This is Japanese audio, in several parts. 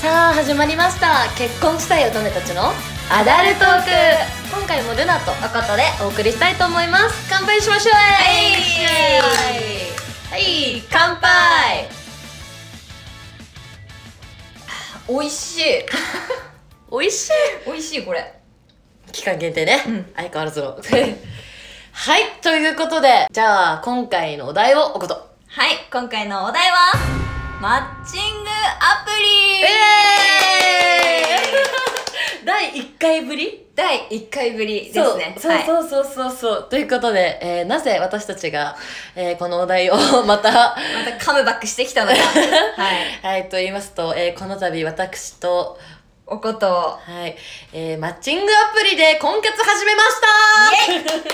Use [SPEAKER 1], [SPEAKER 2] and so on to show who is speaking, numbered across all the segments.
[SPEAKER 1] さあ始まりました結婚したい乙女たちのアダルトーク今回もルナとアカタでお送りしたいと思います乾杯しましょうはい、はい、乾杯
[SPEAKER 2] 美味しい
[SPEAKER 1] 美味しい
[SPEAKER 2] 美味しいこれ
[SPEAKER 1] 期間限定ね、
[SPEAKER 2] うん
[SPEAKER 1] 相変わらずの はいということでじゃあ今回のお題をおこと
[SPEAKER 2] はい今回のお題はマッチングアプリ
[SPEAKER 1] ーイ 第1回ぶり
[SPEAKER 2] 第1回ぶりですね
[SPEAKER 1] そう
[SPEAKER 2] はい
[SPEAKER 1] そうそうそうそうそう、ということで、えーなぜ私たちが、えーこのお題を また、
[SPEAKER 2] またカムバックしてきたのがはい
[SPEAKER 1] はい、と言いますと、えーこの度私と、
[SPEAKER 2] おこと
[SPEAKER 1] はい、えーマッチングアプリで婚活始めました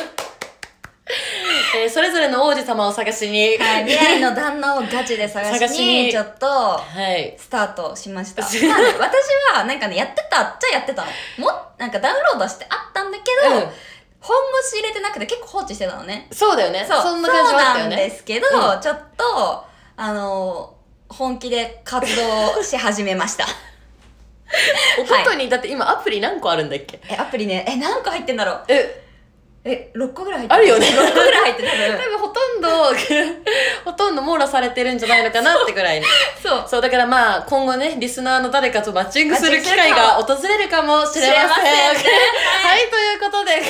[SPEAKER 1] えーそれぞれの王子様を探しに、
[SPEAKER 2] を、はい、未来の旦那をガチで探しに
[SPEAKER 1] 探しに
[SPEAKER 2] ちょっ と
[SPEAKER 1] はい。
[SPEAKER 2] スタートしましたまあ
[SPEAKER 1] し
[SPEAKER 2] ね私はなんかねやってたっちゃやってたのもなんかダウンロードしてあったんだけど、
[SPEAKER 1] うん
[SPEAKER 2] 本腰入れてなくて結構放置してたのね
[SPEAKER 1] そうだよね。
[SPEAKER 2] そう
[SPEAKER 1] そんな感じはあったよ
[SPEAKER 2] そうなん
[SPEAKER 1] ね。
[SPEAKER 2] ですけど、
[SPEAKER 1] う
[SPEAKER 2] ちょっとあの本気で活動し始めました
[SPEAKER 1] おことに、だって今アプリ何個あるんだっけ
[SPEAKER 2] えアプリねえ何個入ってんだろう
[SPEAKER 1] え、
[SPEAKER 2] え6個ぐらい入って
[SPEAKER 1] あるよね
[SPEAKER 2] 6個ぐらい 入って
[SPEAKER 1] 多
[SPEAKER 2] た
[SPEAKER 1] 分ほとんど、ほとんど網羅されてるんじゃないのかなってぐらいに。
[SPEAKER 2] そう
[SPEAKER 1] そう、だからまあ、今後ね、リスナーの誰かとマッチングする機会が訪れるかもしれません。
[SPEAKER 2] 知れませんね
[SPEAKER 1] はい、ということで、え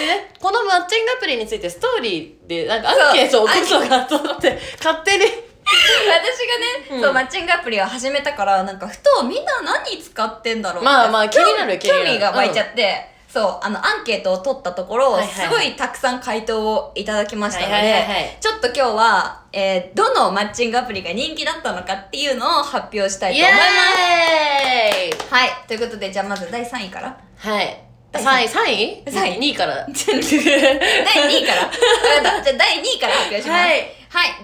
[SPEAKER 1] でね、このマッチングアプリについてストーリーで、なんかアンケートを起こそうが取って、勝手に。
[SPEAKER 2] 私がね、
[SPEAKER 1] うん
[SPEAKER 2] そうマッチングアプリを始めたからなんかふとみんな何使ってんだろう
[SPEAKER 1] まあまあ
[SPEAKER 2] みたい
[SPEAKER 1] 気になる
[SPEAKER 2] 興
[SPEAKER 1] 気に
[SPEAKER 2] 味
[SPEAKER 1] な
[SPEAKER 2] が
[SPEAKER 1] る
[SPEAKER 2] 湧いちゃって、そうあのアンケートを取ったところ、
[SPEAKER 1] はいはい
[SPEAKER 2] すごいたくさん回答をいただきましたので、
[SPEAKER 1] はいはいはいはい
[SPEAKER 2] ちょっと今日は、えーどのマッチングアプリが人気だったのかっていうのを発表したいと思います
[SPEAKER 1] エーイ
[SPEAKER 2] はいということでじゃあまず第3位から
[SPEAKER 1] はい。
[SPEAKER 2] 第
[SPEAKER 1] 3位、3位
[SPEAKER 2] 三位
[SPEAKER 1] ?2 位から。
[SPEAKER 2] 第2位からわかったじゃあ第2位から発表します
[SPEAKER 1] は
[SPEAKER 2] はいい、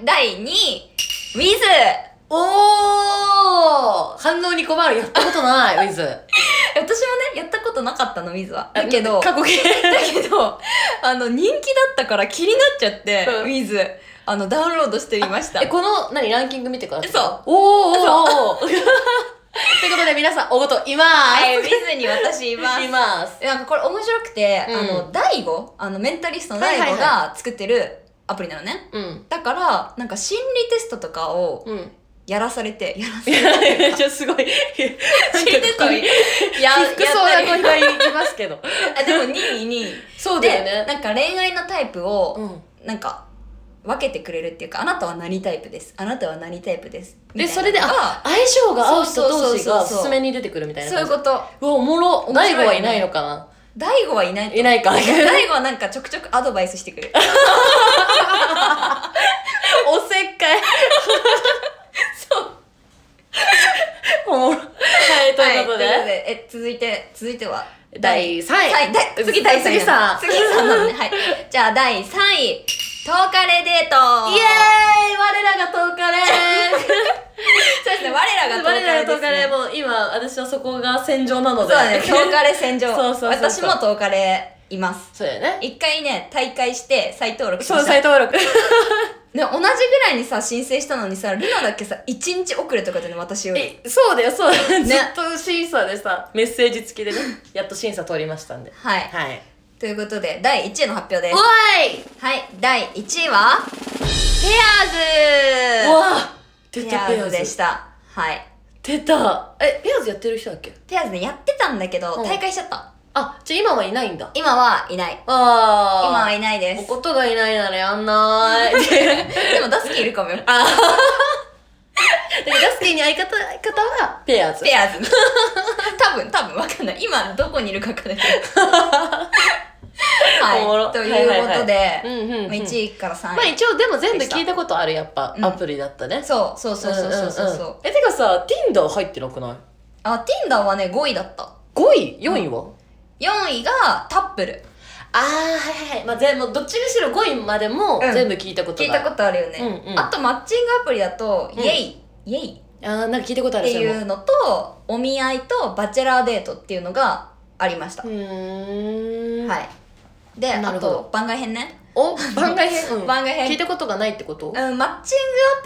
[SPEAKER 2] 第2位 Wiz
[SPEAKER 1] おー反応に困る。やったことない、ウィズ。
[SPEAKER 2] 私もねやったことなかったの Wiz はだけど
[SPEAKER 1] 過去形。
[SPEAKER 2] だけど、あの、人気だったから気になっちゃって、
[SPEAKER 1] うん
[SPEAKER 2] ウィズ、あの、ダウンロードしてみました
[SPEAKER 1] え、。この、何、ランキング見てから
[SPEAKER 2] そう
[SPEAKER 1] おーおーおーおーということで、皆さん、おごと、いまー
[SPEAKER 2] はい、ウィズに私います
[SPEAKER 1] す。い。ます。
[SPEAKER 2] なんかこれ面白くて、
[SPEAKER 1] うん
[SPEAKER 2] あの、大悟、あの、メンタリストの大
[SPEAKER 1] はい
[SPEAKER 2] 悟
[SPEAKER 1] はいは
[SPEAKER 2] が作ってるアプリなのね。
[SPEAKER 1] うん。
[SPEAKER 2] だから、なんか心理テストとかを
[SPEAKER 1] うん。
[SPEAKER 2] やらされて、やらさ
[SPEAKER 1] い
[SPEAKER 2] れて。
[SPEAKER 1] や、めっちゃすごい。
[SPEAKER 2] 心理テストをや、
[SPEAKER 1] や
[SPEAKER 2] やっ
[SPEAKER 1] 低そう
[SPEAKER 2] た
[SPEAKER 1] な
[SPEAKER 2] り
[SPEAKER 1] 子がいますけど。
[SPEAKER 2] あ、でも2位に。
[SPEAKER 1] そうだよ
[SPEAKER 2] で、
[SPEAKER 1] ね。
[SPEAKER 2] なんか恋愛のタイプを、
[SPEAKER 1] うん。
[SPEAKER 2] なんか、分けてくれるっていうか、あなたは何タイプです。あなたは何タイプです。
[SPEAKER 1] で、
[SPEAKER 2] みた
[SPEAKER 1] そ
[SPEAKER 2] いな
[SPEAKER 1] れ
[SPEAKER 2] の
[SPEAKER 1] で、
[SPEAKER 2] が
[SPEAKER 1] あ、相性が合う人同士
[SPEAKER 2] そうそう
[SPEAKER 1] が
[SPEAKER 2] そうそう
[SPEAKER 1] 勧めに出てくるみたいな
[SPEAKER 2] そうい
[SPEAKER 1] 感
[SPEAKER 2] う
[SPEAKER 1] じ。
[SPEAKER 2] こと。
[SPEAKER 1] うわ、おもろ。
[SPEAKER 2] 面白
[SPEAKER 1] 大
[SPEAKER 2] いよ
[SPEAKER 1] 悟
[SPEAKER 2] ね
[SPEAKER 1] はいないのかな
[SPEAKER 2] 大悟はいないと
[SPEAKER 1] いないか。
[SPEAKER 2] 大悟はなんかちょくちょくアドバイスしてくる。
[SPEAKER 1] おせっ かい。そう。おもろ。はい、と
[SPEAKER 2] は
[SPEAKER 1] いう
[SPEAKER 2] い、
[SPEAKER 1] こと
[SPEAKER 2] というこ
[SPEAKER 1] で。
[SPEAKER 2] とで、え、続いて、続いては
[SPEAKER 1] 第3位。
[SPEAKER 2] はい、第次第3位。
[SPEAKER 1] 次さ。
[SPEAKER 2] 次3なのね。はい。じゃあ第3位、トーカレデート。
[SPEAKER 1] イエーイ我らがトーカレー
[SPEAKER 2] そうですね、我らがトーカレ
[SPEAKER 1] 我らが
[SPEAKER 2] です、ね。
[SPEAKER 1] トーカレーもう今、私はそこが戦場なの
[SPEAKER 2] そう
[SPEAKER 1] で。
[SPEAKER 2] だね、トーカレ戦
[SPEAKER 1] そ
[SPEAKER 2] 場。
[SPEAKER 1] うそうそうそう
[SPEAKER 2] 私もトーカレいます。
[SPEAKER 1] そうだよね。
[SPEAKER 2] 一回ね、大会して再登録し
[SPEAKER 1] そ
[SPEAKER 2] ま
[SPEAKER 1] う、
[SPEAKER 2] した。
[SPEAKER 1] 再
[SPEAKER 2] ね、
[SPEAKER 1] 登録。
[SPEAKER 2] 同じぐらいにさ、申請したのにさ、ルナだけさ、1日遅れとかでね、私より。
[SPEAKER 1] え、 そうだよ、そうだよ。
[SPEAKER 2] ね
[SPEAKER 1] ずっと審査でさ、メッセージ付きでね、やっと審査通りましたんで。
[SPEAKER 2] はい。
[SPEAKER 1] はい。
[SPEAKER 2] ということで、第1位の発表です。
[SPEAKER 1] おい
[SPEAKER 2] はい、第1位は、ペアーズ
[SPEAKER 1] わあ出
[SPEAKER 2] ペ
[SPEAKER 1] た
[SPEAKER 2] ア
[SPEAKER 1] ペア
[SPEAKER 2] ー
[SPEAKER 1] ーズ
[SPEAKER 2] ズでした。はい。
[SPEAKER 1] 出た。え、ペアーズやってる人だっけ
[SPEAKER 2] ペアーズね、やってたんだけど、
[SPEAKER 1] うん
[SPEAKER 2] 大会しちゃった。
[SPEAKER 1] あ、じゃあ今はいないんだ。
[SPEAKER 2] 今はいない。今
[SPEAKER 1] あ
[SPEAKER 2] は
[SPEAKER 1] ー。
[SPEAKER 2] いないで
[SPEAKER 1] お
[SPEAKER 2] す。
[SPEAKER 1] ことがいないならやん なーい。
[SPEAKER 2] でも、ダスキーいるかもよ。
[SPEAKER 1] で、ダスティに相方、相方はペアーズ。
[SPEAKER 2] ペアーズ。 多分、多分、わかんない。今、どこにいるかわかんないけ ど。
[SPEAKER 1] おもろ
[SPEAKER 2] はい。ということで、
[SPEAKER 1] うんうんうん。
[SPEAKER 2] まあ1位から3位。
[SPEAKER 1] まあ一応でも全部聞いたことあるやっぱ、
[SPEAKER 2] うん
[SPEAKER 1] アプリだったね。
[SPEAKER 2] そうそうそうそうそうそう。
[SPEAKER 1] んんんえ、てかさ、Tinder 入ってなくない
[SPEAKER 2] あ、Tinder はね、5位だった。
[SPEAKER 1] ?5 位 ?4 位は、
[SPEAKER 2] 4位がタップル。
[SPEAKER 1] ああ、はいはいはい。まあ全部、どっちにしろ5位までも
[SPEAKER 2] うん
[SPEAKER 1] 全部聞いたこと
[SPEAKER 2] 聞い
[SPEAKER 1] があ
[SPEAKER 2] た
[SPEAKER 1] る。
[SPEAKER 2] ことあるよね。
[SPEAKER 1] うんうん
[SPEAKER 2] あと、マッチングアプリだと、
[SPEAKER 1] うん
[SPEAKER 2] イェイ、イェイ
[SPEAKER 1] ああー、なんか聞いたことあ
[SPEAKER 2] っ
[SPEAKER 1] る、
[SPEAKER 2] て
[SPEAKER 1] そ
[SPEAKER 2] い
[SPEAKER 1] れも。
[SPEAKER 2] うのとお見合いとバチェラーデートっていうのがありました、
[SPEAKER 1] うーん。
[SPEAKER 2] はいで
[SPEAKER 1] な
[SPEAKER 2] あ
[SPEAKER 1] るほど
[SPEAKER 2] と番外編ね、
[SPEAKER 1] お、番外編、うん
[SPEAKER 2] 番外
[SPEAKER 1] 聞い
[SPEAKER 2] 編、
[SPEAKER 1] たことがないってこと
[SPEAKER 2] うん、マッチング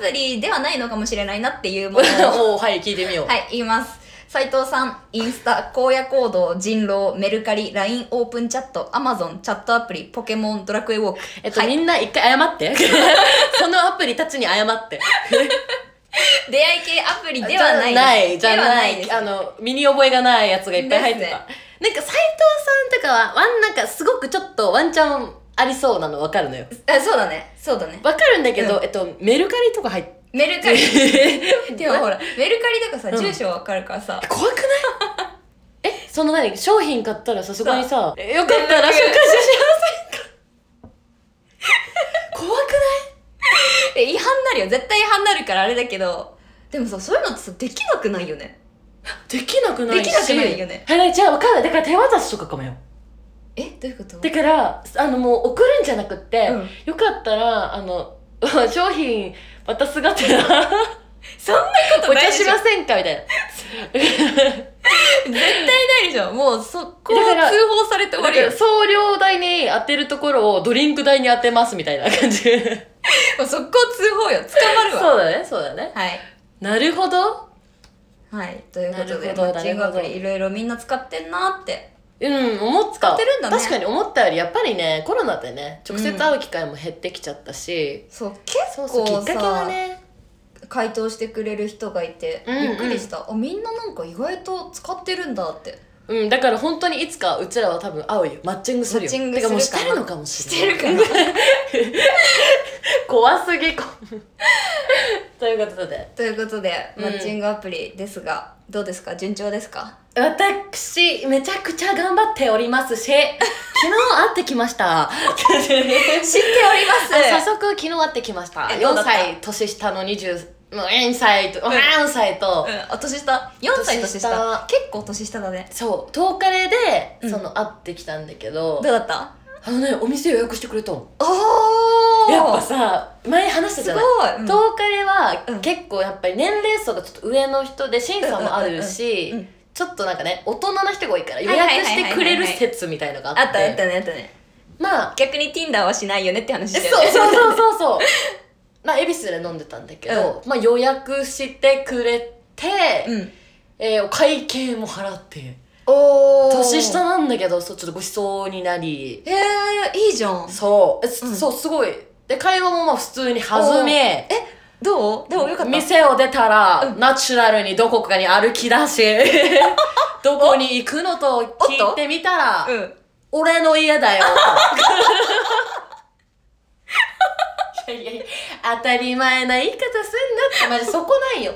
[SPEAKER 2] アプリではないのかもしれないなっていうものを
[SPEAKER 1] おおーはい、聞いてみよう。
[SPEAKER 2] はい言います斉藤さん、インスタ、荒野行動、人狼、メルカリ、LINE オープンチャット、アマゾン、チャットアプリ、ポケモン、ドラクエウォーク。
[SPEAKER 1] えっと、
[SPEAKER 2] はい
[SPEAKER 1] みんな一回謝 って。そのアプリたちに謝って。
[SPEAKER 2] 出会い系アプリではないです。
[SPEAKER 1] じゃない、
[SPEAKER 2] で
[SPEAKER 1] じゃ
[SPEAKER 2] は
[SPEAKER 1] ない。あの、身に覚えがないやつがいっぱい入ってた。
[SPEAKER 2] ですね
[SPEAKER 1] なんか、斎藤さんとかは、ワン、なんか、すごくちょっとワンチャンありそうなのわかるのよ。
[SPEAKER 2] ですあ、そうだね。そうだね。
[SPEAKER 1] わかるんだけど、
[SPEAKER 2] う
[SPEAKER 1] えっと、メルカリとか入って。
[SPEAKER 2] メルカリ。 でもほ
[SPEAKER 1] ら、
[SPEAKER 2] ら、メルカリとかさ、
[SPEAKER 1] うん
[SPEAKER 2] 住所わかるからさ。
[SPEAKER 1] 怖くないえ、その何商品買ったらさ、そこにさ、えよかったら
[SPEAKER 2] メルカ
[SPEAKER 1] 紹
[SPEAKER 2] リ
[SPEAKER 1] 介しま せんか怖くない
[SPEAKER 2] え違反になるよ。絶対違反になるからあれだけど。でもさ、そういうのってさ、できなくないよね。
[SPEAKER 1] できなくないし
[SPEAKER 2] できなくないよね
[SPEAKER 1] はいじゃあ分かんないだから手渡しとかかもよ
[SPEAKER 2] え、どういうこと
[SPEAKER 1] だからあのもう送るんじゃなくって、
[SPEAKER 2] うん
[SPEAKER 1] よかったらあの 商品渡すがてら
[SPEAKER 2] そんなこと
[SPEAKER 1] お
[SPEAKER 2] ない
[SPEAKER 1] 茶
[SPEAKER 2] でし
[SPEAKER 1] し
[SPEAKER 2] ょ。
[SPEAKER 1] ませんかみたいな
[SPEAKER 2] 絶対ないでしょ。もう、そこを
[SPEAKER 1] だ
[SPEAKER 2] 通
[SPEAKER 1] から
[SPEAKER 2] 報されて終わ
[SPEAKER 1] だ
[SPEAKER 2] り
[SPEAKER 1] か
[SPEAKER 2] よ
[SPEAKER 1] ら。送料代に当てるところをドリンク代に当てますみたいな感 じ
[SPEAKER 2] もう速攻通報よ。捕まるわ。
[SPEAKER 1] うだねそうだね
[SPEAKER 2] はい。
[SPEAKER 1] なるほど
[SPEAKER 2] はい。というこ
[SPEAKER 1] な
[SPEAKER 2] と
[SPEAKER 1] る
[SPEAKER 2] で、
[SPEAKER 1] ほど
[SPEAKER 2] マッチングアプ
[SPEAKER 1] なるほ
[SPEAKER 2] リ
[SPEAKER 1] ど
[SPEAKER 2] いろいろみんな使ってんなって。
[SPEAKER 1] うん思った
[SPEAKER 2] 使ってるんだね
[SPEAKER 1] 確かに思ったよりやっぱりねコロナでね直接会う機会も減ってきちゃったし、
[SPEAKER 2] そう、
[SPEAKER 1] そう
[SPEAKER 2] 結
[SPEAKER 1] そうき
[SPEAKER 2] 構
[SPEAKER 1] っかけは
[SPEAKER 2] さ、
[SPEAKER 1] ね
[SPEAKER 2] 回答してくれる人がいて、
[SPEAKER 1] うんうん
[SPEAKER 2] びっくりした。あ、みんななんか意外と使ってるんだって。
[SPEAKER 1] うん、だから本当にいつかうちらは多分会うよ。マッチングするよ。
[SPEAKER 2] マッチング
[SPEAKER 1] てかもう
[SPEAKER 2] す
[SPEAKER 1] し
[SPEAKER 2] るかな
[SPEAKER 1] てるのかもし
[SPEAKER 2] し
[SPEAKER 1] れ
[SPEAKER 2] て
[SPEAKER 1] ない。
[SPEAKER 2] るかな
[SPEAKER 1] 怖すぎ、こということで。
[SPEAKER 2] ということで、
[SPEAKER 1] うん
[SPEAKER 2] マッチングアプリですが、どうですか順調ですか
[SPEAKER 1] 私、めちゃくちゃ頑張っておりますし、昨日会ってきま した。
[SPEAKER 2] 知っておりま
[SPEAKER 1] 早
[SPEAKER 2] す
[SPEAKER 1] 速昨日会ってきました。
[SPEAKER 2] えどう
[SPEAKER 1] 4
[SPEAKER 2] だった
[SPEAKER 1] 歳年下の20、4歳と、
[SPEAKER 2] ん
[SPEAKER 1] 4歳と、
[SPEAKER 2] うん、あ年下4歳年
[SPEAKER 1] 年
[SPEAKER 2] 下
[SPEAKER 1] 下
[SPEAKER 2] 結構年下だね
[SPEAKER 1] そう、10日で
[SPEAKER 2] うん
[SPEAKER 1] その会ってきたんだけど、
[SPEAKER 2] どうだった
[SPEAKER 1] あのね、お店予約してくれたの。
[SPEAKER 2] おー
[SPEAKER 1] やっぱさ、前話したじ
[SPEAKER 2] す
[SPEAKER 1] ゃ
[SPEAKER 2] ご
[SPEAKER 1] ないい、
[SPEAKER 2] うん
[SPEAKER 1] 東海は
[SPEAKER 2] うん
[SPEAKER 1] 結構やっぱり年齢層がちょっと上の人で審査もあるし、
[SPEAKER 2] うんうんうんうん
[SPEAKER 1] ちょっとなんかね大人の人が多いから予
[SPEAKER 2] はいはい
[SPEAKER 1] 約
[SPEAKER 2] はい
[SPEAKER 1] し
[SPEAKER 2] はいはい
[SPEAKER 1] てくれる施設みたいのがあって
[SPEAKER 2] あったねあったねあったね
[SPEAKER 1] まあ
[SPEAKER 2] 逆に Tinder はしないよねって話
[SPEAKER 1] えそ
[SPEAKER 2] だよ
[SPEAKER 1] う
[SPEAKER 2] ね
[SPEAKER 1] そうそうそうそうまあ恵比寿で飲んでたんだけど、まあ予約してくれて、
[SPEAKER 2] うん
[SPEAKER 1] えーお会計も払って
[SPEAKER 2] お
[SPEAKER 1] 年下なんだけどそうちょっとごちそうになり
[SPEAKER 2] えー、いいじゃん
[SPEAKER 1] そう、え
[SPEAKER 2] うん
[SPEAKER 1] そうすごいで会話もまあ普通に弾み
[SPEAKER 2] えどうでもよかった
[SPEAKER 1] 店を出たら、ナチュラルにどこかに歩き出 しどこに行くのと聞いてみたら、
[SPEAKER 2] うん
[SPEAKER 1] 俺の家だよ いやいやいや当たり前な言い方すんなってマジそこないよ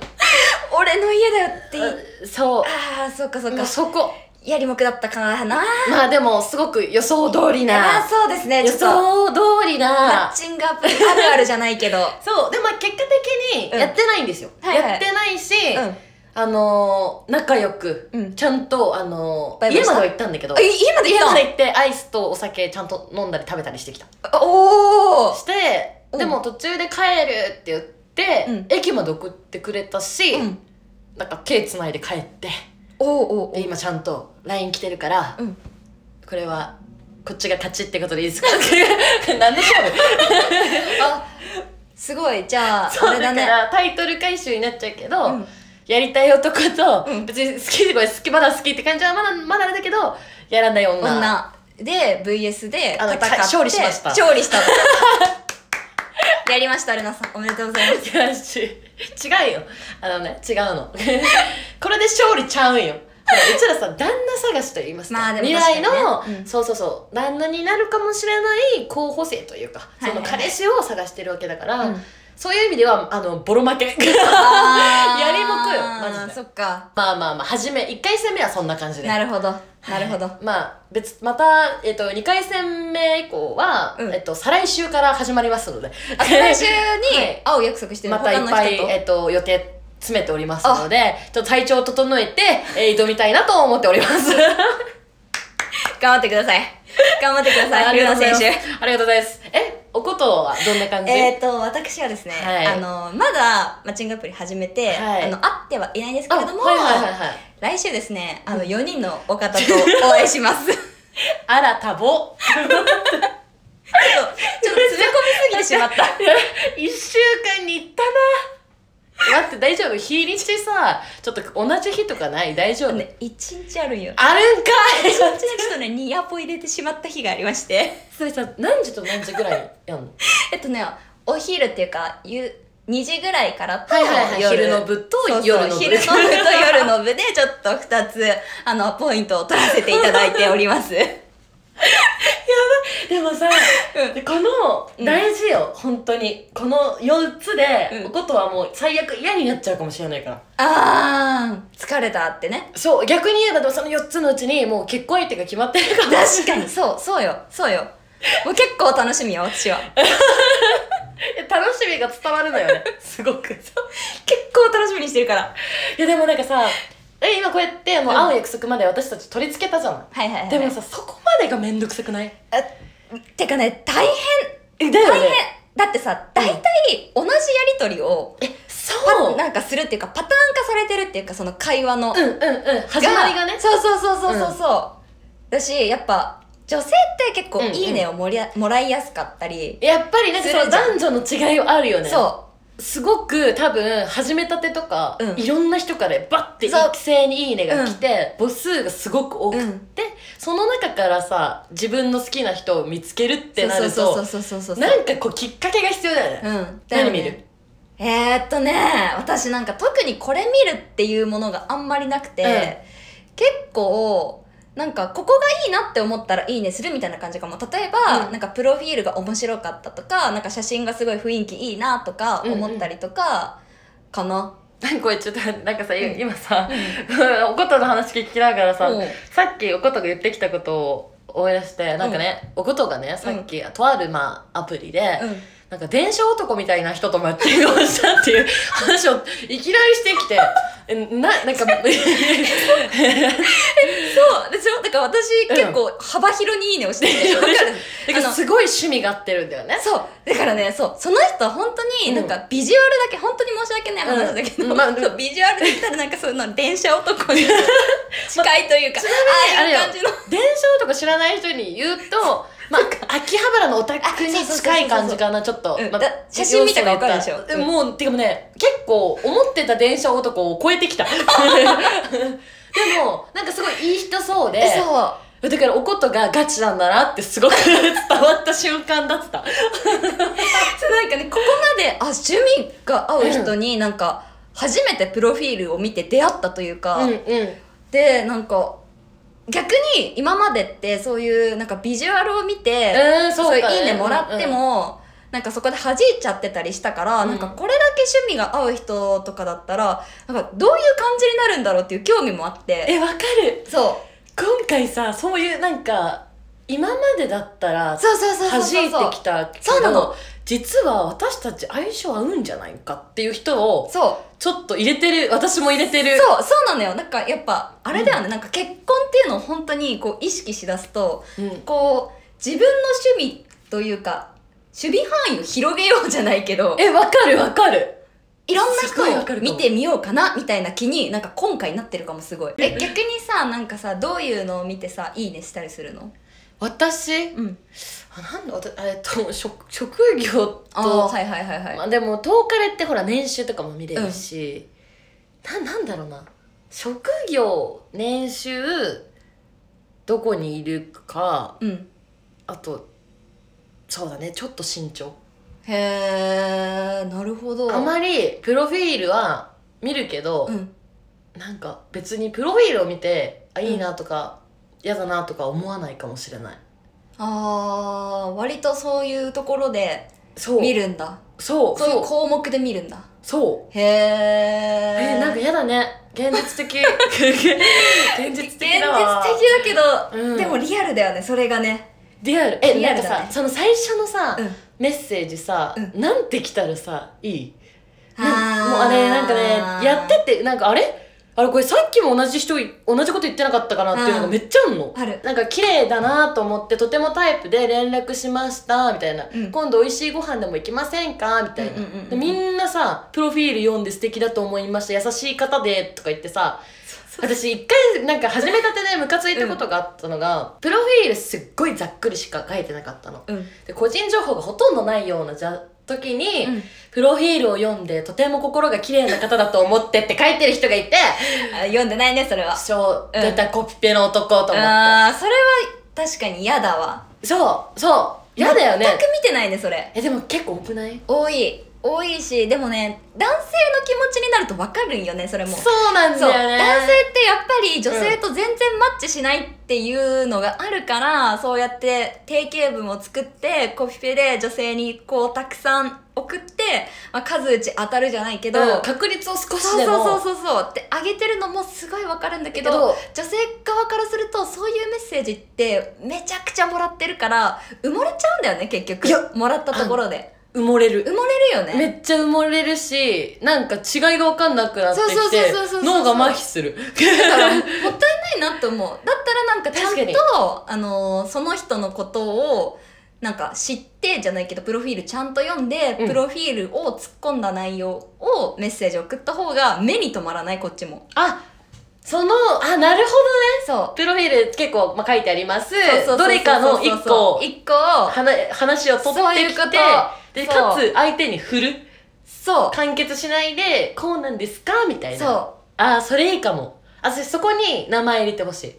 [SPEAKER 2] 俺の家だよって言
[SPEAKER 1] あ
[SPEAKER 2] い
[SPEAKER 1] そ
[SPEAKER 2] ああそうかそうう
[SPEAKER 1] も
[SPEAKER 2] か
[SPEAKER 1] うそこ
[SPEAKER 2] やりもくだったかな
[SPEAKER 1] まあでもすごく予想通り
[SPEAKER 2] あー
[SPEAKER 1] な
[SPEAKER 2] そうですね
[SPEAKER 1] 予
[SPEAKER 2] ちょっと
[SPEAKER 1] 想通り
[SPEAKER 2] マッ
[SPEAKER 1] な
[SPEAKER 2] チングアプリあるあるじゃないけど
[SPEAKER 1] そうでもまあ結果的に
[SPEAKER 2] うん
[SPEAKER 1] やってないんですよ、
[SPEAKER 2] はいはい
[SPEAKER 1] やってないし、
[SPEAKER 2] うん
[SPEAKER 1] あのー仲良く、
[SPEAKER 2] うん
[SPEAKER 1] ちゃんと、あのー
[SPEAKER 2] バイバイ
[SPEAKER 1] 家
[SPEAKER 2] した
[SPEAKER 1] までは行ったんだけど、
[SPEAKER 2] あい家まで行
[SPEAKER 1] 家
[SPEAKER 2] った
[SPEAKER 1] ま
[SPEAKER 2] の
[SPEAKER 1] で行って、アイスとお酒ちゃんと飲んだり食べたりしてきた。
[SPEAKER 2] おお
[SPEAKER 1] して、
[SPEAKER 2] うん
[SPEAKER 1] でも途中で帰るって言って、
[SPEAKER 2] うん
[SPEAKER 1] 駅まで送ってくれたし、
[SPEAKER 2] うん
[SPEAKER 1] なんか手繋いで帰って、
[SPEAKER 2] おーおーお
[SPEAKER 1] で、
[SPEAKER 2] ー
[SPEAKER 1] 今ちゃんと LINE 来てるから、
[SPEAKER 2] うん
[SPEAKER 1] これは、こっちが勝ちってことでいいですか なんでしょう
[SPEAKER 2] あすごいじゃああ
[SPEAKER 1] そう
[SPEAKER 2] れ
[SPEAKER 1] だか
[SPEAKER 2] だね
[SPEAKER 1] ら、タイトル回収になっちゃうけど、
[SPEAKER 2] うん
[SPEAKER 1] やりたい男と、
[SPEAKER 2] うん
[SPEAKER 1] 別に好きでこれ好きまだ好きって感じはまだまだあれだけどやらない女
[SPEAKER 2] 女で VS で
[SPEAKER 1] あの
[SPEAKER 2] 戦って
[SPEAKER 1] か勝利しました
[SPEAKER 2] 勝利した やりましたルナさんおめでとうございます
[SPEAKER 1] いやし違うよあのね違うの これで勝利ちゃうんよほらうちらさ旦那探しと言いますか、
[SPEAKER 2] まあでも
[SPEAKER 1] 未来の
[SPEAKER 2] 確、かにねうん
[SPEAKER 1] そうそうそう旦那になるかもしれない候補生というか、
[SPEAKER 2] いはいはい
[SPEAKER 1] その彼氏を探してるわけだから、
[SPEAKER 2] うん
[SPEAKER 1] そういう意味ではあのボロ負け
[SPEAKER 2] あー
[SPEAKER 1] やりもくよマジで
[SPEAKER 2] そっか
[SPEAKER 1] まあまあまあ初め1回戦目はそんな感じで
[SPEAKER 2] なるほどなるほど、
[SPEAKER 1] まあ別また、えっと2回戦目以降は、
[SPEAKER 2] うん
[SPEAKER 1] えっと、再来週から始まりますので
[SPEAKER 2] あ最終
[SPEAKER 1] は
[SPEAKER 2] に
[SPEAKER 1] い
[SPEAKER 2] 会う約束してる
[SPEAKER 1] またいっぱい、
[SPEAKER 2] 他の人と
[SPEAKER 1] えっと、予定詰めておりますのでちょっと体調を整えて、えー挑みたい なと思っております
[SPEAKER 2] 頑張ってください頑張ってくださいルナ選手
[SPEAKER 1] ありがとうございますえおことはどんな感じ、
[SPEAKER 2] えっ、と私はですね、
[SPEAKER 1] はい
[SPEAKER 2] あのまだマッチングアプリ始めて、
[SPEAKER 1] はい
[SPEAKER 2] あの会ってはいないんですけ
[SPEAKER 1] あ
[SPEAKER 2] れども、
[SPEAKER 1] はいはいはいはい
[SPEAKER 2] 来週ですねあの4人のお方とお会い しますちょっ
[SPEAKER 1] 新た ぼ
[SPEAKER 2] とちょっと詰め込みすぎてしまった
[SPEAKER 1] 1週間に行ったな待って大丈夫日にちさちょっと同じ日とかない大丈夫、
[SPEAKER 2] ね、一日あるんよ
[SPEAKER 1] あるんか
[SPEAKER 2] 一日だけちょっとねニヤポ入れてしまった日がありまして
[SPEAKER 1] い それさ何時と何時ぐらいやんの
[SPEAKER 2] えっとねお昼っていうかゆ2時ぐらいからと、
[SPEAKER 1] はいはいはい
[SPEAKER 2] 夜
[SPEAKER 1] 昼の部と
[SPEAKER 2] そうそう
[SPEAKER 1] 夜の部
[SPEAKER 2] 昼の部と夜の部で ちょっと2つあのポイントを取らせていただいております
[SPEAKER 1] でもさ、こ
[SPEAKER 2] う
[SPEAKER 1] の
[SPEAKER 2] ん
[SPEAKER 1] 大事よ、本当にこの4つで、
[SPEAKER 2] うん
[SPEAKER 1] おことはもう最悪嫌になっちゃうかもしれないから
[SPEAKER 2] あー疲れたってね
[SPEAKER 1] そう逆に言えばでもその4つのうちにもう結婚相手が決まってるかも
[SPEAKER 2] 確かにそうそうよそうよもう結構楽しみよ 私は
[SPEAKER 1] え楽しみが伝わるのよねすごく
[SPEAKER 2] 結構楽しみにしてるから
[SPEAKER 1] いやでもなんかさえ今こうやってもう会う約束まで私たち取り付けたじゃん、
[SPEAKER 2] はいはいはいはい
[SPEAKER 1] でもさそこまでがめんどくさくない
[SPEAKER 2] てかね大変
[SPEAKER 1] えだ
[SPEAKER 2] 大
[SPEAKER 1] よ
[SPEAKER 2] 変
[SPEAKER 1] ね
[SPEAKER 2] だってさ大体同じやり取りを
[SPEAKER 1] えそ
[SPEAKER 2] パ
[SPEAKER 1] う
[SPEAKER 2] なんかするっていうかパターン化されてるっていうかその会話
[SPEAKER 1] う
[SPEAKER 2] の
[SPEAKER 1] んうんうん始まりがね
[SPEAKER 2] そうそうそうそうそうそうだしやっぱ女性って結構「
[SPEAKER 1] うんうん
[SPEAKER 2] いいね」をもりゃもらいやすかったり、
[SPEAKER 1] やっぱりなんかそ
[SPEAKER 2] す
[SPEAKER 1] の
[SPEAKER 2] るじゃん
[SPEAKER 1] 男女の違いはあるよね
[SPEAKER 2] そ
[SPEAKER 1] すごく多分始めたてとか、
[SPEAKER 2] うん
[SPEAKER 1] いろんな人からバッて
[SPEAKER 2] そう
[SPEAKER 1] 育成に「いいね」が来て、母数がすごく多
[SPEAKER 2] う、
[SPEAKER 1] くて、
[SPEAKER 2] うん、
[SPEAKER 1] その中からさ自分の好きな人を見つけるってなると
[SPEAKER 2] そうそうそうそうそうそう
[SPEAKER 1] なんかこうきっかけが必要だよね、
[SPEAKER 2] うん、だ
[SPEAKER 1] 何
[SPEAKER 2] よね
[SPEAKER 1] 見る
[SPEAKER 2] えー、っとね私なんか特にこれ見るっていうものがあんまりなくて、
[SPEAKER 1] うん
[SPEAKER 2] 結構なんかここがいいなって思ったら「いいね」するみたいな感じかも例えば、
[SPEAKER 1] うん
[SPEAKER 2] なんかプロフィールが面白かったとかなんか写真がすごい雰囲気いいなとか思ったりとか、かな、
[SPEAKER 1] なんかこれちょっとなんかさ、
[SPEAKER 2] ん
[SPEAKER 1] 今さ、おことの話聞きながらさ、
[SPEAKER 2] うん
[SPEAKER 1] さっきおことが言ってきたことを思い出してなんかね、おことがねさっき、とあるまあアプリで、
[SPEAKER 2] うん
[SPEAKER 1] なんか電車男みたいな人とマッチングをしたっていう話をいきなりしてきてえな なんか
[SPEAKER 2] そうでしょだから私、
[SPEAKER 1] うん
[SPEAKER 2] 結構幅広にいいねをして るわかる
[SPEAKER 1] なん
[SPEAKER 2] あ
[SPEAKER 1] か
[SPEAKER 2] の
[SPEAKER 1] すごい趣味が合ってるんだよね。
[SPEAKER 2] そうだからねそうその人は本当
[SPEAKER 1] う
[SPEAKER 2] に
[SPEAKER 1] ん
[SPEAKER 2] なんかビジュアルだけ、本当に申し訳ない話だけど、
[SPEAKER 1] うんまあ
[SPEAKER 2] そうビジュアルで言ったらなんかそういうの電車男 に近いというか、ああいう感じの
[SPEAKER 1] 電車男知らない人に言うと、まあ、秋葉原のオタクに近い感じかな、ちょっと
[SPEAKER 2] うん。
[SPEAKER 1] まあ
[SPEAKER 2] だ写真見たらわかるでしょ
[SPEAKER 1] で
[SPEAKER 2] うん
[SPEAKER 1] もう、てかもうね、結構思ってた電車男を超えて きた。でも、なんかすごいいい人そうで、
[SPEAKER 2] そ
[SPEAKER 1] だからおことがガチなんだなってすごく 伝わった瞬間だった。
[SPEAKER 2] うそうなんかねここまであ趣味が合う人になんか、初めてプロフィールを見て出会ったというか、
[SPEAKER 1] うん。
[SPEAKER 2] でなんか逆に今までってそういうなんかビジュアルを見て、
[SPEAKER 1] うん、
[SPEAKER 2] そう
[SPEAKER 1] そうか。
[SPEAKER 2] いいねもらって
[SPEAKER 1] うんうん、
[SPEAKER 2] も、なんかそこで弾いちゃってたりしたから、
[SPEAKER 1] うん
[SPEAKER 2] なんかこれだけ趣味が合う人とかだったらなんかどういう感じになるんだろうっていう興味もあって
[SPEAKER 1] え、わかる。
[SPEAKER 2] そ
[SPEAKER 1] 今回さ、そういうなんか、今までだったら
[SPEAKER 2] う、そうそうそうそ
[SPEAKER 1] 弾
[SPEAKER 2] うそう
[SPEAKER 1] いてきたけど
[SPEAKER 2] そうなの
[SPEAKER 1] 実は私たち相性合うんじゃないかっていう人を
[SPEAKER 2] そう
[SPEAKER 1] ちょっと入れてる私も入れてる
[SPEAKER 2] そうそうなのよなんかやっぱあれだよね、なんか結婚っていうのを本当にこう意識しだすと
[SPEAKER 1] うん、
[SPEAKER 2] こう自分の趣味というか守備範囲を広げようじゃないけど
[SPEAKER 1] えわかるわかる
[SPEAKER 2] いろん
[SPEAKER 1] すごいわ
[SPEAKER 2] な
[SPEAKER 1] かる
[SPEAKER 2] 人を
[SPEAKER 1] かも
[SPEAKER 2] 見てみようかなみたいな気になんか今回なってるかもすごいえ逆にさなんかさどういうのを見てさいいねしたりするの
[SPEAKER 1] 私
[SPEAKER 2] うん
[SPEAKER 1] あなんだ私えっと職職業と
[SPEAKER 2] ああはいはいはいはい、
[SPEAKER 1] まあ、でも10日でってほら年収とかも見れるし、ななんだろうな職業年収どこにいるか
[SPEAKER 2] うん
[SPEAKER 1] あとそうだねちょっと身長
[SPEAKER 2] へえなるほど
[SPEAKER 1] あまりプロフィールは見るけど、
[SPEAKER 2] うん
[SPEAKER 1] なんか別にプロフィールを見てあいいなとか、嫌だなとか思わないかもしれない
[SPEAKER 2] あー割とそういうところで
[SPEAKER 1] そう
[SPEAKER 2] 見るんだ
[SPEAKER 1] そう
[SPEAKER 2] そう
[SPEAKER 1] そ
[SPEAKER 2] い
[SPEAKER 1] う
[SPEAKER 2] う項目で見るんだ
[SPEAKER 1] そう
[SPEAKER 2] へ
[SPEAKER 1] え
[SPEAKER 2] え
[SPEAKER 1] ーなんか嫌だね現実 的現
[SPEAKER 2] 現
[SPEAKER 1] 実
[SPEAKER 2] 実
[SPEAKER 1] 的
[SPEAKER 2] 的
[SPEAKER 1] だわ
[SPEAKER 2] だけど、
[SPEAKER 1] うん
[SPEAKER 2] でもリアルだよねそれがね
[SPEAKER 1] リアルえ
[SPEAKER 2] リ
[SPEAKER 1] な
[SPEAKER 2] ア
[SPEAKER 1] ん
[SPEAKER 2] ル
[SPEAKER 1] か
[SPEAKER 2] だね
[SPEAKER 1] さその最初のさ、
[SPEAKER 2] うん
[SPEAKER 1] メッセージさ、
[SPEAKER 2] う
[SPEAKER 1] なんて来たらさいい
[SPEAKER 2] あ
[SPEAKER 1] な
[SPEAKER 2] ー
[SPEAKER 1] もうあれなんかねやっててなんかあれあれこれさっきも同じ人い同じこと言ってなかったかなっていうのがめっちゃあんの、
[SPEAKER 2] ある
[SPEAKER 1] なんか綺麗だなと思ってとてもタイプで連絡しましたみたいな、
[SPEAKER 2] うん
[SPEAKER 1] 今度美味しいご飯でも行きませんかみたいな、
[SPEAKER 2] うんうんうんうん
[SPEAKER 1] でみんなさプロフィール読んで素敵だと思いました優しい方でとか言ってさ私一回なんか始めたてでムカついたことがあったのが、プロフィールすっごいざっくりしか書いてなかったの
[SPEAKER 2] うん
[SPEAKER 1] で個人情報がほとんどないようなジャ時に、
[SPEAKER 2] うん
[SPEAKER 1] プロフィールを読んで、とても心が綺麗な方だと思ってって書いてる人がいて、
[SPEAKER 2] あ読んでないねそれは
[SPEAKER 1] そう、
[SPEAKER 2] うん
[SPEAKER 1] 出たコピペの男と思って。
[SPEAKER 2] ああそれは確かに嫌だわ
[SPEAKER 1] そう、そう、嫌だよね
[SPEAKER 2] 全。く見てないねそれ
[SPEAKER 1] え、でも結構多くない
[SPEAKER 2] 多い多いしでもね男性の気持ちになると分かるんよねそれも
[SPEAKER 1] そうなん
[SPEAKER 2] そう
[SPEAKER 1] だ
[SPEAKER 2] 男
[SPEAKER 1] よ
[SPEAKER 2] 性
[SPEAKER 1] ね。
[SPEAKER 2] ってやっぱり女性と全然マッチしないっていうのがあるから、そうやって定型文を作ってコピペで女性にこうたくさん送って、まあ、数打ち当たるじゃないけど、
[SPEAKER 1] うん確率を少し
[SPEAKER 2] そう
[SPEAKER 1] でも。
[SPEAKER 2] そうそうそうそうって上げてるのもすごいわかるんだけど
[SPEAKER 1] けど
[SPEAKER 2] 女性側からするとそういうメッセージってめちゃくちゃもらってるから埋もれちゃうんだよね結局
[SPEAKER 1] いや
[SPEAKER 2] もらったところで
[SPEAKER 1] 埋もれる
[SPEAKER 2] 埋。もれるよ
[SPEAKER 1] め
[SPEAKER 2] ね
[SPEAKER 1] っちゃ埋もれるし、なんか違いが分かんなくなってきて
[SPEAKER 2] そうそうそうそうそう、そう
[SPEAKER 1] 脳が麻痺する。
[SPEAKER 2] だからもったいないなと思うだったらなんかちゃん
[SPEAKER 1] 確かに
[SPEAKER 2] と、あのーその人のことをなんか知ってじゃないけどプロフィールちゃんと読んで、
[SPEAKER 1] うん
[SPEAKER 2] プロフィールを突っ込んだ内容をメッセージ送った方が目に留まらないこっちも
[SPEAKER 1] あ、その、あ、なるほどね。
[SPEAKER 2] そう
[SPEAKER 1] プロフィール結構、まあ、書いてあります
[SPEAKER 2] そうそうそうそう。
[SPEAKER 1] どれかの一個を
[SPEAKER 2] 一個を
[SPEAKER 1] はな話を取
[SPEAKER 2] そう
[SPEAKER 1] って
[SPEAKER 2] いう
[SPEAKER 1] き
[SPEAKER 2] こと
[SPEAKER 1] て、で、
[SPEAKER 2] そう
[SPEAKER 1] かつ相手に振る。
[SPEAKER 2] そう
[SPEAKER 1] 完結しないで、こうなんですかみたいな。
[SPEAKER 2] そ
[SPEAKER 1] あー、それいいかも。あ、私そこに名前入れてほしい。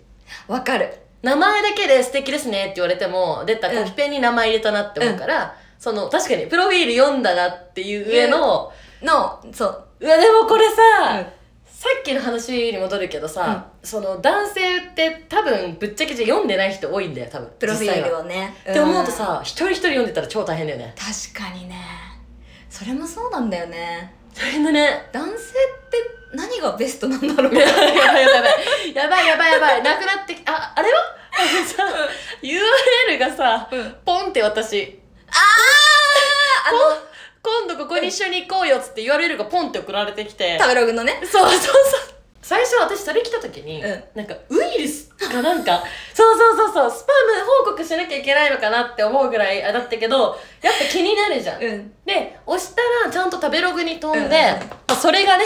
[SPEAKER 2] うわかる
[SPEAKER 1] 名前だけで素敵ですねって言われても、出たコピペに名前入れたなって思うから、その、確かにプロフィール読んだなっていう上の、
[SPEAKER 2] のそう
[SPEAKER 1] うわ、でもこれさ、
[SPEAKER 2] うん
[SPEAKER 1] さっきの話に戻るけどさ、その男性って多分ぶっちゃけじゃ読んでない人多いんだよ、多分。
[SPEAKER 2] プロフィール
[SPEAKER 1] は。
[SPEAKER 2] をね
[SPEAKER 1] って思うと
[SPEAKER 2] ん
[SPEAKER 1] さ、一人一人読んでたら超大変だよね。
[SPEAKER 2] 確かにねそれもそうなんだよね
[SPEAKER 1] 大変だね。
[SPEAKER 2] 男性って何がベストなんだろう
[SPEAKER 1] やばいやばいやばい。やばいやばいやばい。なくなってき、あ、あれはさ、URL がさ、
[SPEAKER 2] うん
[SPEAKER 1] ポンって私、今度ここに一緒に行こうよっつって URL がポンって送られてきて。
[SPEAKER 2] 食べログのね
[SPEAKER 1] そうそうそう。最初私それ来た時に、
[SPEAKER 2] うん
[SPEAKER 1] なんかウイルスかなんか、そうそうそうそう、スパム報告しなきゃいけないのかなって思うぐらいあだったけど、やっぱ気になるじゃん。
[SPEAKER 2] うん
[SPEAKER 1] で、押したらちゃんと食べログに飛んで、
[SPEAKER 2] うんうんうん
[SPEAKER 1] あそれがね、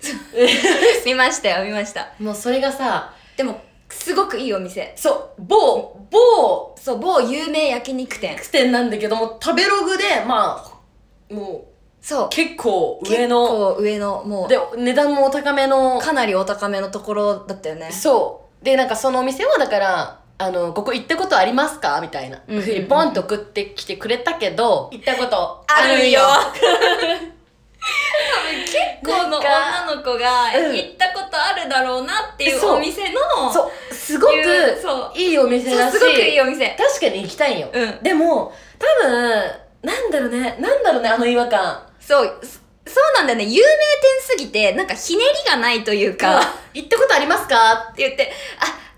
[SPEAKER 2] 見ましたよ見ました
[SPEAKER 1] もうそれがさ、
[SPEAKER 2] でもすごくいいお店
[SPEAKER 1] そう、某、某
[SPEAKER 2] そう某有名焼肉店
[SPEAKER 1] 苦点なんだけども、食べログで、まあ、も
[SPEAKER 2] そう
[SPEAKER 1] う結構上
[SPEAKER 2] 結
[SPEAKER 1] の、
[SPEAKER 2] 構上のも
[SPEAKER 1] で、値段もお高めの
[SPEAKER 2] う、かなりお高めのところだったよね
[SPEAKER 1] そうでなんかそのお店はだからあの「ここ行ったことありますか?」みたいな
[SPEAKER 2] うんうんうん
[SPEAKER 1] ふうにボンと送ってきてくれたけど行ったこと
[SPEAKER 2] あるよ
[SPEAKER 1] あ
[SPEAKER 2] 多 分結構の女の子が
[SPEAKER 1] うん
[SPEAKER 2] 行ったことあるだろうなっていう
[SPEAKER 1] そう
[SPEAKER 2] お店の
[SPEAKER 1] そうすごく
[SPEAKER 2] いうそう
[SPEAKER 1] いいお店
[SPEAKER 2] そう
[SPEAKER 1] だし
[SPEAKER 2] すごくいいお店
[SPEAKER 1] 確かに行きたいんよ、
[SPEAKER 2] うん
[SPEAKER 1] でも多分なんだろうねなんだろうねあの違和感
[SPEAKER 2] そうそそうなんだよね有名店すぎてなんかひねりがないというか、
[SPEAKER 1] が
[SPEAKER 2] って
[SPEAKER 1] 「行ったことありますか?」
[SPEAKER 2] 言って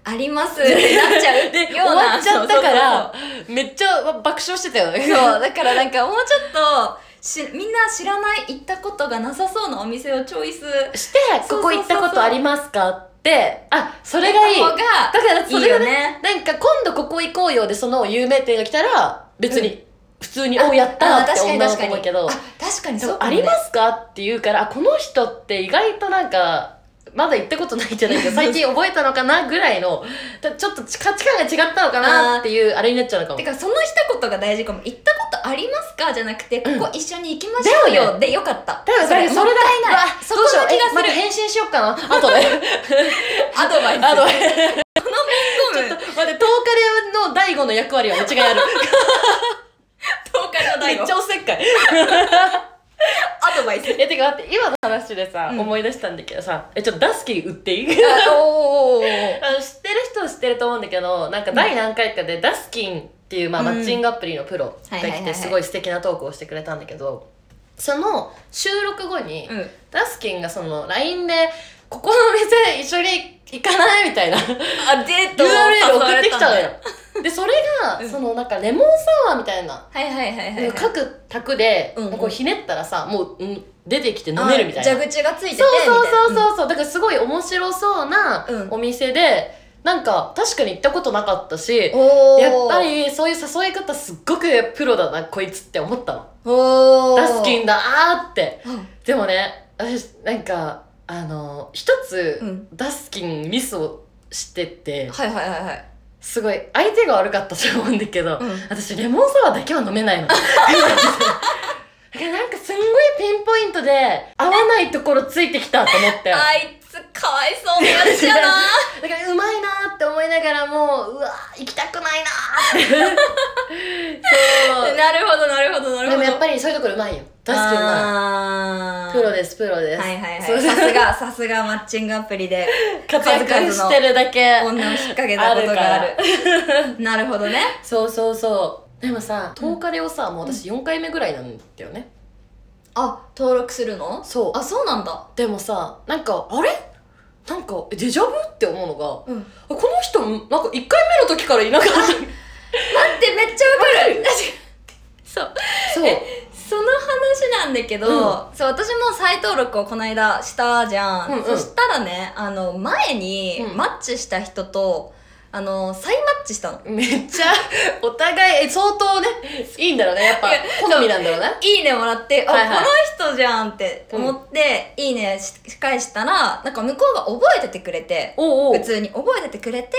[SPEAKER 2] あありますってなっちゃう
[SPEAKER 1] で終
[SPEAKER 2] ような
[SPEAKER 1] わっちゃったか
[SPEAKER 2] そうそうそう
[SPEAKER 1] らめっちゃ爆笑してたよね
[SPEAKER 2] そう、だからなんかもうちょっと、し、みんな知らない、行ったことがなさそうなお店をチョイス
[SPEAKER 1] して「
[SPEAKER 2] そうそうそうそう
[SPEAKER 1] ここ行ったことありますか?」ってあそれがいい
[SPEAKER 2] やった方
[SPEAKER 1] だからそ
[SPEAKER 2] が、いい
[SPEAKER 1] れが
[SPEAKER 2] よ
[SPEAKER 1] ね
[SPEAKER 2] ね。
[SPEAKER 1] なんか今度ここ行こうよでその有名店が来たら別
[SPEAKER 2] う
[SPEAKER 1] に普通に「おやった!」って思うと思うけど
[SPEAKER 2] あ、確かに
[SPEAKER 1] で
[SPEAKER 2] そう
[SPEAKER 1] も
[SPEAKER 2] か
[SPEAKER 1] あ
[SPEAKER 2] もね
[SPEAKER 1] りますか?」って言うからあこの人って意外となんかまだ行ったことないんじゃ ないか最近覚えたのかなぐらいのたちょっと価値観が違ったのかなっていうあれになっちゃうのかも
[SPEAKER 2] てか、その一言が大事かも。行ったことありますかじゃなくて、ここ一緒に行きましょう
[SPEAKER 1] だよ
[SPEAKER 2] よ。で、よかった。
[SPEAKER 1] 多分それ
[SPEAKER 2] も
[SPEAKER 1] それだ
[SPEAKER 2] ったいな
[SPEAKER 1] うわ
[SPEAKER 2] い。そこ
[SPEAKER 1] どうしよう
[SPEAKER 2] な気が
[SPEAKER 1] えまた
[SPEAKER 2] する。
[SPEAKER 1] 返信しよっかな あとで
[SPEAKER 2] アドバイス。
[SPEAKER 1] あとで
[SPEAKER 2] この面込む。
[SPEAKER 1] 待って10日での大悟の役割は間違い ある
[SPEAKER 2] 東海の
[SPEAKER 1] め
[SPEAKER 2] 大
[SPEAKER 1] っち
[SPEAKER 2] 悟。
[SPEAKER 1] ゃおせっかい
[SPEAKER 2] アドバイス。
[SPEAKER 1] えてか待って今の話でさ、
[SPEAKER 2] うん
[SPEAKER 1] 思い出したんだけどさえちょっとダスキー売っていい
[SPEAKER 2] あおー
[SPEAKER 1] あの知ってる人は知ってると思うんだけどなんか第何回かでダスキンっていう、まあ
[SPEAKER 2] うん
[SPEAKER 1] マッチングアプリのプロが
[SPEAKER 2] はいは
[SPEAKER 1] 来
[SPEAKER 2] いはいは
[SPEAKER 1] て
[SPEAKER 2] い
[SPEAKER 1] すごい素敵なトークをしてくれたんだけどその収録後に、
[SPEAKER 2] うん。
[SPEAKER 1] ダスキンがその LINE で「ここのお店一緒に行かない?」みたい な
[SPEAKER 2] あ、デートを
[SPEAKER 1] URL 送ってきたの
[SPEAKER 2] 誘われ
[SPEAKER 1] よ
[SPEAKER 2] んだ。
[SPEAKER 1] でそれが、
[SPEAKER 2] うん
[SPEAKER 1] そのなんかレモンサワーみたいな
[SPEAKER 2] はいはいはいはいはい。
[SPEAKER 1] 各卓で、
[SPEAKER 2] うんうん
[SPEAKER 1] こうひねったらさもう、うん、出てきて飲めるみたいな
[SPEAKER 2] あ。蛇口がついててみ
[SPEAKER 1] そ
[SPEAKER 2] たいな。
[SPEAKER 1] うそうそうそうそうだからすごい面白そうな
[SPEAKER 2] うん
[SPEAKER 1] お店で、なんか確かに行ったことなかったしやっ
[SPEAKER 2] おー
[SPEAKER 1] ぱりそういう誘い方すっごくプロだなこいつって思ったの
[SPEAKER 2] おー
[SPEAKER 1] ダスキンだあーって
[SPEAKER 2] うん
[SPEAKER 1] でもね私なんかあの一つ、
[SPEAKER 2] うん
[SPEAKER 1] ダスキンミスをしてて
[SPEAKER 2] はいはいはいはい
[SPEAKER 1] すごい相手が悪かったと思うんだけど、
[SPEAKER 2] うん
[SPEAKER 1] 私レモンサワーだけは飲めないのでからなんかすんごいピンポイントで合わないところついてきたと思ってだか
[SPEAKER 2] あいつかわいそうなやつやな
[SPEAKER 1] らうまいなーって思いながらもううわー行きたくないな ーってそう
[SPEAKER 2] なるほどなるほどなる
[SPEAKER 1] で
[SPEAKER 2] ほど
[SPEAKER 1] もやっぱりそういうところうまいよ確かにうま
[SPEAKER 2] あ
[SPEAKER 1] い
[SPEAKER 2] ー
[SPEAKER 1] プロですプロです
[SPEAKER 2] はいはいはい
[SPEAKER 1] そう
[SPEAKER 2] さすがさすがマッチングアプリで
[SPEAKER 1] 活躍してるだけ
[SPEAKER 2] 女を引っ掛けたことがある
[SPEAKER 1] ある
[SPEAKER 2] なるほどね
[SPEAKER 1] そうそうそうでもさ10日でをさもう私4回目ぐらいなんだよね、
[SPEAKER 2] あ登録するの
[SPEAKER 1] そう
[SPEAKER 2] あそうなんだ
[SPEAKER 1] でもさなんかあれなんかえデジャブって思うのが
[SPEAKER 2] うん
[SPEAKER 1] あこの人なんか1回目の時からいなかった
[SPEAKER 2] 待ってめっちゃわかる確かに そう
[SPEAKER 1] そう
[SPEAKER 2] えその話なんだけど、そう私も再登録をこの間したじゃん、
[SPEAKER 1] うんうん
[SPEAKER 2] そしたらねあの前に
[SPEAKER 1] うん
[SPEAKER 2] マッチした人と、あの再マッチしたの
[SPEAKER 1] めっちゃお互いえ相当ねいいんだろうねやっぱ
[SPEAKER 2] いや
[SPEAKER 1] 好みなんだろうね
[SPEAKER 2] いいねもらって、あ、
[SPEAKER 1] はいはい
[SPEAKER 2] この人じゃんって思って、いいねし返したら、なんか向こうが覚えててくれて、
[SPEAKER 1] おうお
[SPEAKER 2] 普
[SPEAKER 1] う
[SPEAKER 2] 通に覚えててくれて、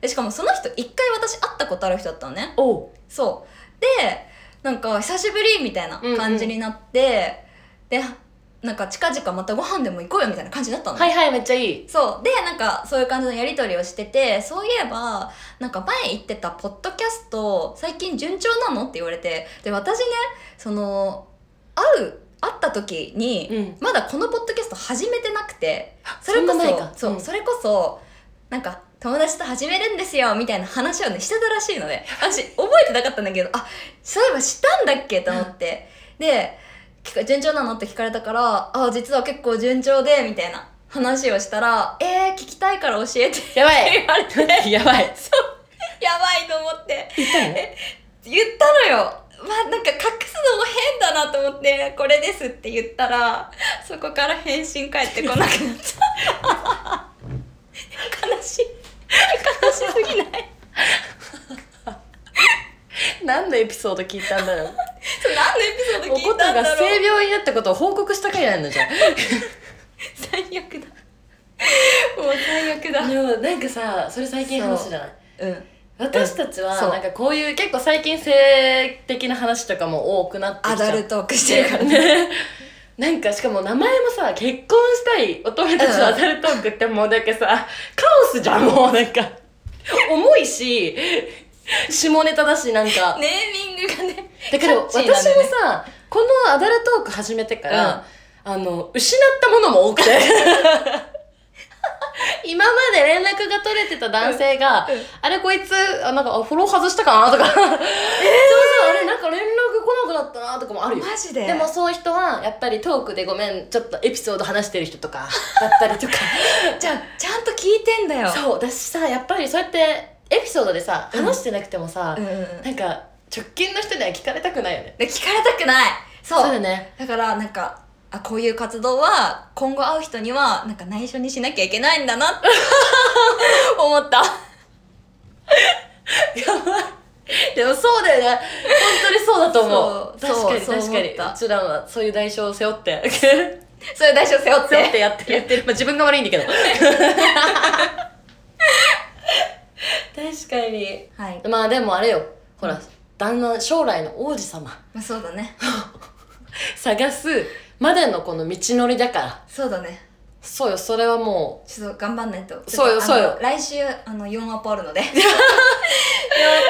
[SPEAKER 2] でしかもその人一回私会ったことある人だったのね。
[SPEAKER 1] おう
[SPEAKER 2] そう。で、なんか久しぶりみたいな感じになって、で、なんか近々またご飯でも行こうよみたいな感じだったの。
[SPEAKER 1] はいはいめっちゃいい
[SPEAKER 2] そう。で、なんか、そういう感じのやりとりをしてて、そういえば、なんか前言ってたポッドキャスト、最近順調なのって言われて、で、私ね、その、会う、会った時に、
[SPEAKER 1] うん
[SPEAKER 2] まだこのポッドキャスト始めてなくて、そ
[SPEAKER 1] んな
[SPEAKER 2] れこそ、
[SPEAKER 1] 前
[SPEAKER 2] そ
[SPEAKER 1] か
[SPEAKER 2] う、
[SPEAKER 1] うん
[SPEAKER 2] それこそ、なんか、友達と始めるんですよ、みたいな話をね、してたらしいので、私、覚えてなかったんだけど、あ、そういえばしたんだっけと思って。で、聞か順調なのって聞かれたから、あ、実は結構順調で、みたいな話をしたら、えー、聞きたいから教えてって
[SPEAKER 1] やばい
[SPEAKER 2] 言われて、 や
[SPEAKER 1] や
[SPEAKER 2] ば
[SPEAKER 1] ばい
[SPEAKER 2] いと思って、
[SPEAKER 1] 言ったの
[SPEAKER 2] 言ったのよ。まあ、なんか隠すのも変だなと思って、これですって言ったら、そこから返信返ってこなくなった。悲しい。悲しすぎない。
[SPEAKER 1] 何のエピソード聞いたんだろう
[SPEAKER 2] そう何のエピソード
[SPEAKER 1] お
[SPEAKER 2] 聞
[SPEAKER 1] こ
[SPEAKER 2] いた
[SPEAKER 1] た
[SPEAKER 2] ん
[SPEAKER 1] が
[SPEAKER 2] だろう
[SPEAKER 1] 性病になったことを報告した回なんだ じゃん
[SPEAKER 2] 最悪だもう最悪だ
[SPEAKER 1] でもなんかさそれ最近話じゃない
[SPEAKER 2] うん
[SPEAKER 1] 私たちは
[SPEAKER 2] そう
[SPEAKER 1] なんかこういう結構最近性的な話とかも多くなって
[SPEAKER 2] ア
[SPEAKER 1] きちゃ
[SPEAKER 2] ダ
[SPEAKER 1] っ
[SPEAKER 2] ルトークしててるからね
[SPEAKER 1] ねなんかしかも名前もさ結婚したいお友達のアダルトークってもうなんかさカオスじゃんもうなんか重いし下ネタだしなんか、
[SPEAKER 2] ネーミングがね
[SPEAKER 1] だけど
[SPEAKER 2] キ
[SPEAKER 1] 私
[SPEAKER 2] ャッ
[SPEAKER 1] も
[SPEAKER 2] チーなんだよね
[SPEAKER 1] さこのアダルトーク始めてから、あの失ったものも多くて 今まで連絡が取れてた男性が、
[SPEAKER 2] うんうん
[SPEAKER 1] あれこいつあなんかあフォロー外したかなとか、そうそうあれなんか連絡来なくなったなとかもあるよ
[SPEAKER 2] マジで
[SPEAKER 1] でもそういう人はやっぱりトークでごめんちょっとエピソード話してる人と かだったりとか
[SPEAKER 2] じゃあちゃんと聞いてんだよ
[SPEAKER 1] そう私さやっぱりそうやってエピソードでさ
[SPEAKER 2] うん
[SPEAKER 1] 話してなくてもさ、
[SPEAKER 2] うんうんうん
[SPEAKER 1] なんか直近の人には聞かれたくないよね
[SPEAKER 2] で聞かれたくないそう
[SPEAKER 1] そうだ
[SPEAKER 2] だ
[SPEAKER 1] ね
[SPEAKER 2] からなんかあこういう活動は今後会う人にはなんか内緒にしなきゃいけないんだな って思った
[SPEAKER 1] でもそうだよね。本当にそうだと思う。
[SPEAKER 2] そうそう
[SPEAKER 1] 確かに
[SPEAKER 2] そう
[SPEAKER 1] 確
[SPEAKER 2] 思
[SPEAKER 1] か
[SPEAKER 2] っ
[SPEAKER 1] に。
[SPEAKER 2] た
[SPEAKER 1] うちらはそういう代償を 背負って、
[SPEAKER 2] そういう代償背負っ
[SPEAKER 1] 背負っててやってる。やってる。まあ自分が悪いんだけど。確かに。
[SPEAKER 2] はい、
[SPEAKER 1] まあでもあれよ。ほら、旦那、将来の王子様
[SPEAKER 2] まあ、そうだね
[SPEAKER 1] 探すまでのこの道のりだから。
[SPEAKER 2] そうだね
[SPEAKER 1] そうよ、それはも
[SPEAKER 2] ちょっと頑張んないと。
[SPEAKER 1] そうよ
[SPEAKER 2] ちょっとあ
[SPEAKER 1] そ
[SPEAKER 2] の
[SPEAKER 1] うよ
[SPEAKER 2] 来週、あの、4アポあるので。4アポ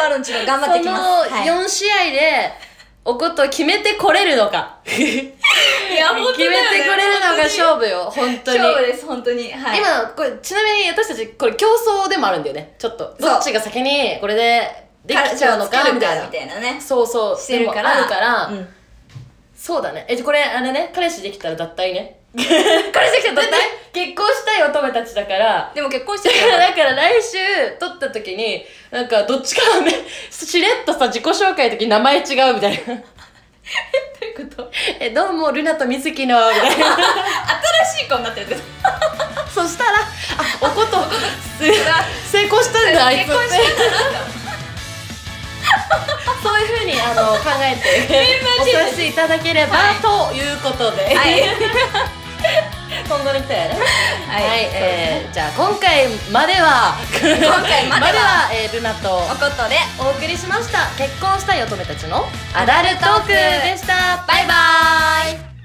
[SPEAKER 2] あるのちょっと頑
[SPEAKER 1] う。
[SPEAKER 2] 張ってきます。
[SPEAKER 1] そ
[SPEAKER 2] は
[SPEAKER 1] の
[SPEAKER 2] い、
[SPEAKER 1] 4試合で、おことを決めてこれるのか。
[SPEAKER 2] いや、
[SPEAKER 1] 決めてこれるのが勝負よ、本当に。
[SPEAKER 2] 勝負です、本当に。はい。
[SPEAKER 1] 今これちなみに私たちこれ競争でもあるんだよねちょっと
[SPEAKER 2] そう
[SPEAKER 1] どっちが先にこれでできちゃうの
[SPEAKER 2] カルチャーを作
[SPEAKER 1] か
[SPEAKER 2] る
[SPEAKER 1] みたいな
[SPEAKER 2] みたいなね。
[SPEAKER 1] そうそう
[SPEAKER 2] してるか
[SPEAKER 1] でもあ
[SPEAKER 2] ら。
[SPEAKER 1] るから、
[SPEAKER 2] うん。
[SPEAKER 1] そうだねえこれあれね彼氏できたら脱退ね
[SPEAKER 2] 彼氏来た
[SPEAKER 1] 脱退結婚したい乙女たちだから
[SPEAKER 2] でも結婚して
[SPEAKER 1] だ
[SPEAKER 2] る
[SPEAKER 1] か
[SPEAKER 2] からら。
[SPEAKER 1] だから来週撮った時になんかどっちかはねしれっとさ自己紹介の時名前違うみたいな
[SPEAKER 2] ということ。
[SPEAKER 1] えどうもルナとみずきのみたいな
[SPEAKER 2] 新しい子になって るんです。
[SPEAKER 1] そしたらあおこと成功したんだあいつ
[SPEAKER 2] 結婚してるから。
[SPEAKER 1] そういうふうにあの考えて お
[SPEAKER 2] チェンジ
[SPEAKER 1] 察しいただければ、
[SPEAKER 2] はい
[SPEAKER 1] ということで、
[SPEAKER 2] はい。
[SPEAKER 1] 今後に来たよね。
[SPEAKER 2] はい。そうですね
[SPEAKER 1] えーじゃあゃあ今回までは
[SPEAKER 2] 今回までは
[SPEAKER 1] えールナと
[SPEAKER 2] おことで
[SPEAKER 3] お送りしました結婚したい乙女たちの
[SPEAKER 1] アダルトークでした
[SPEAKER 2] バイバーイ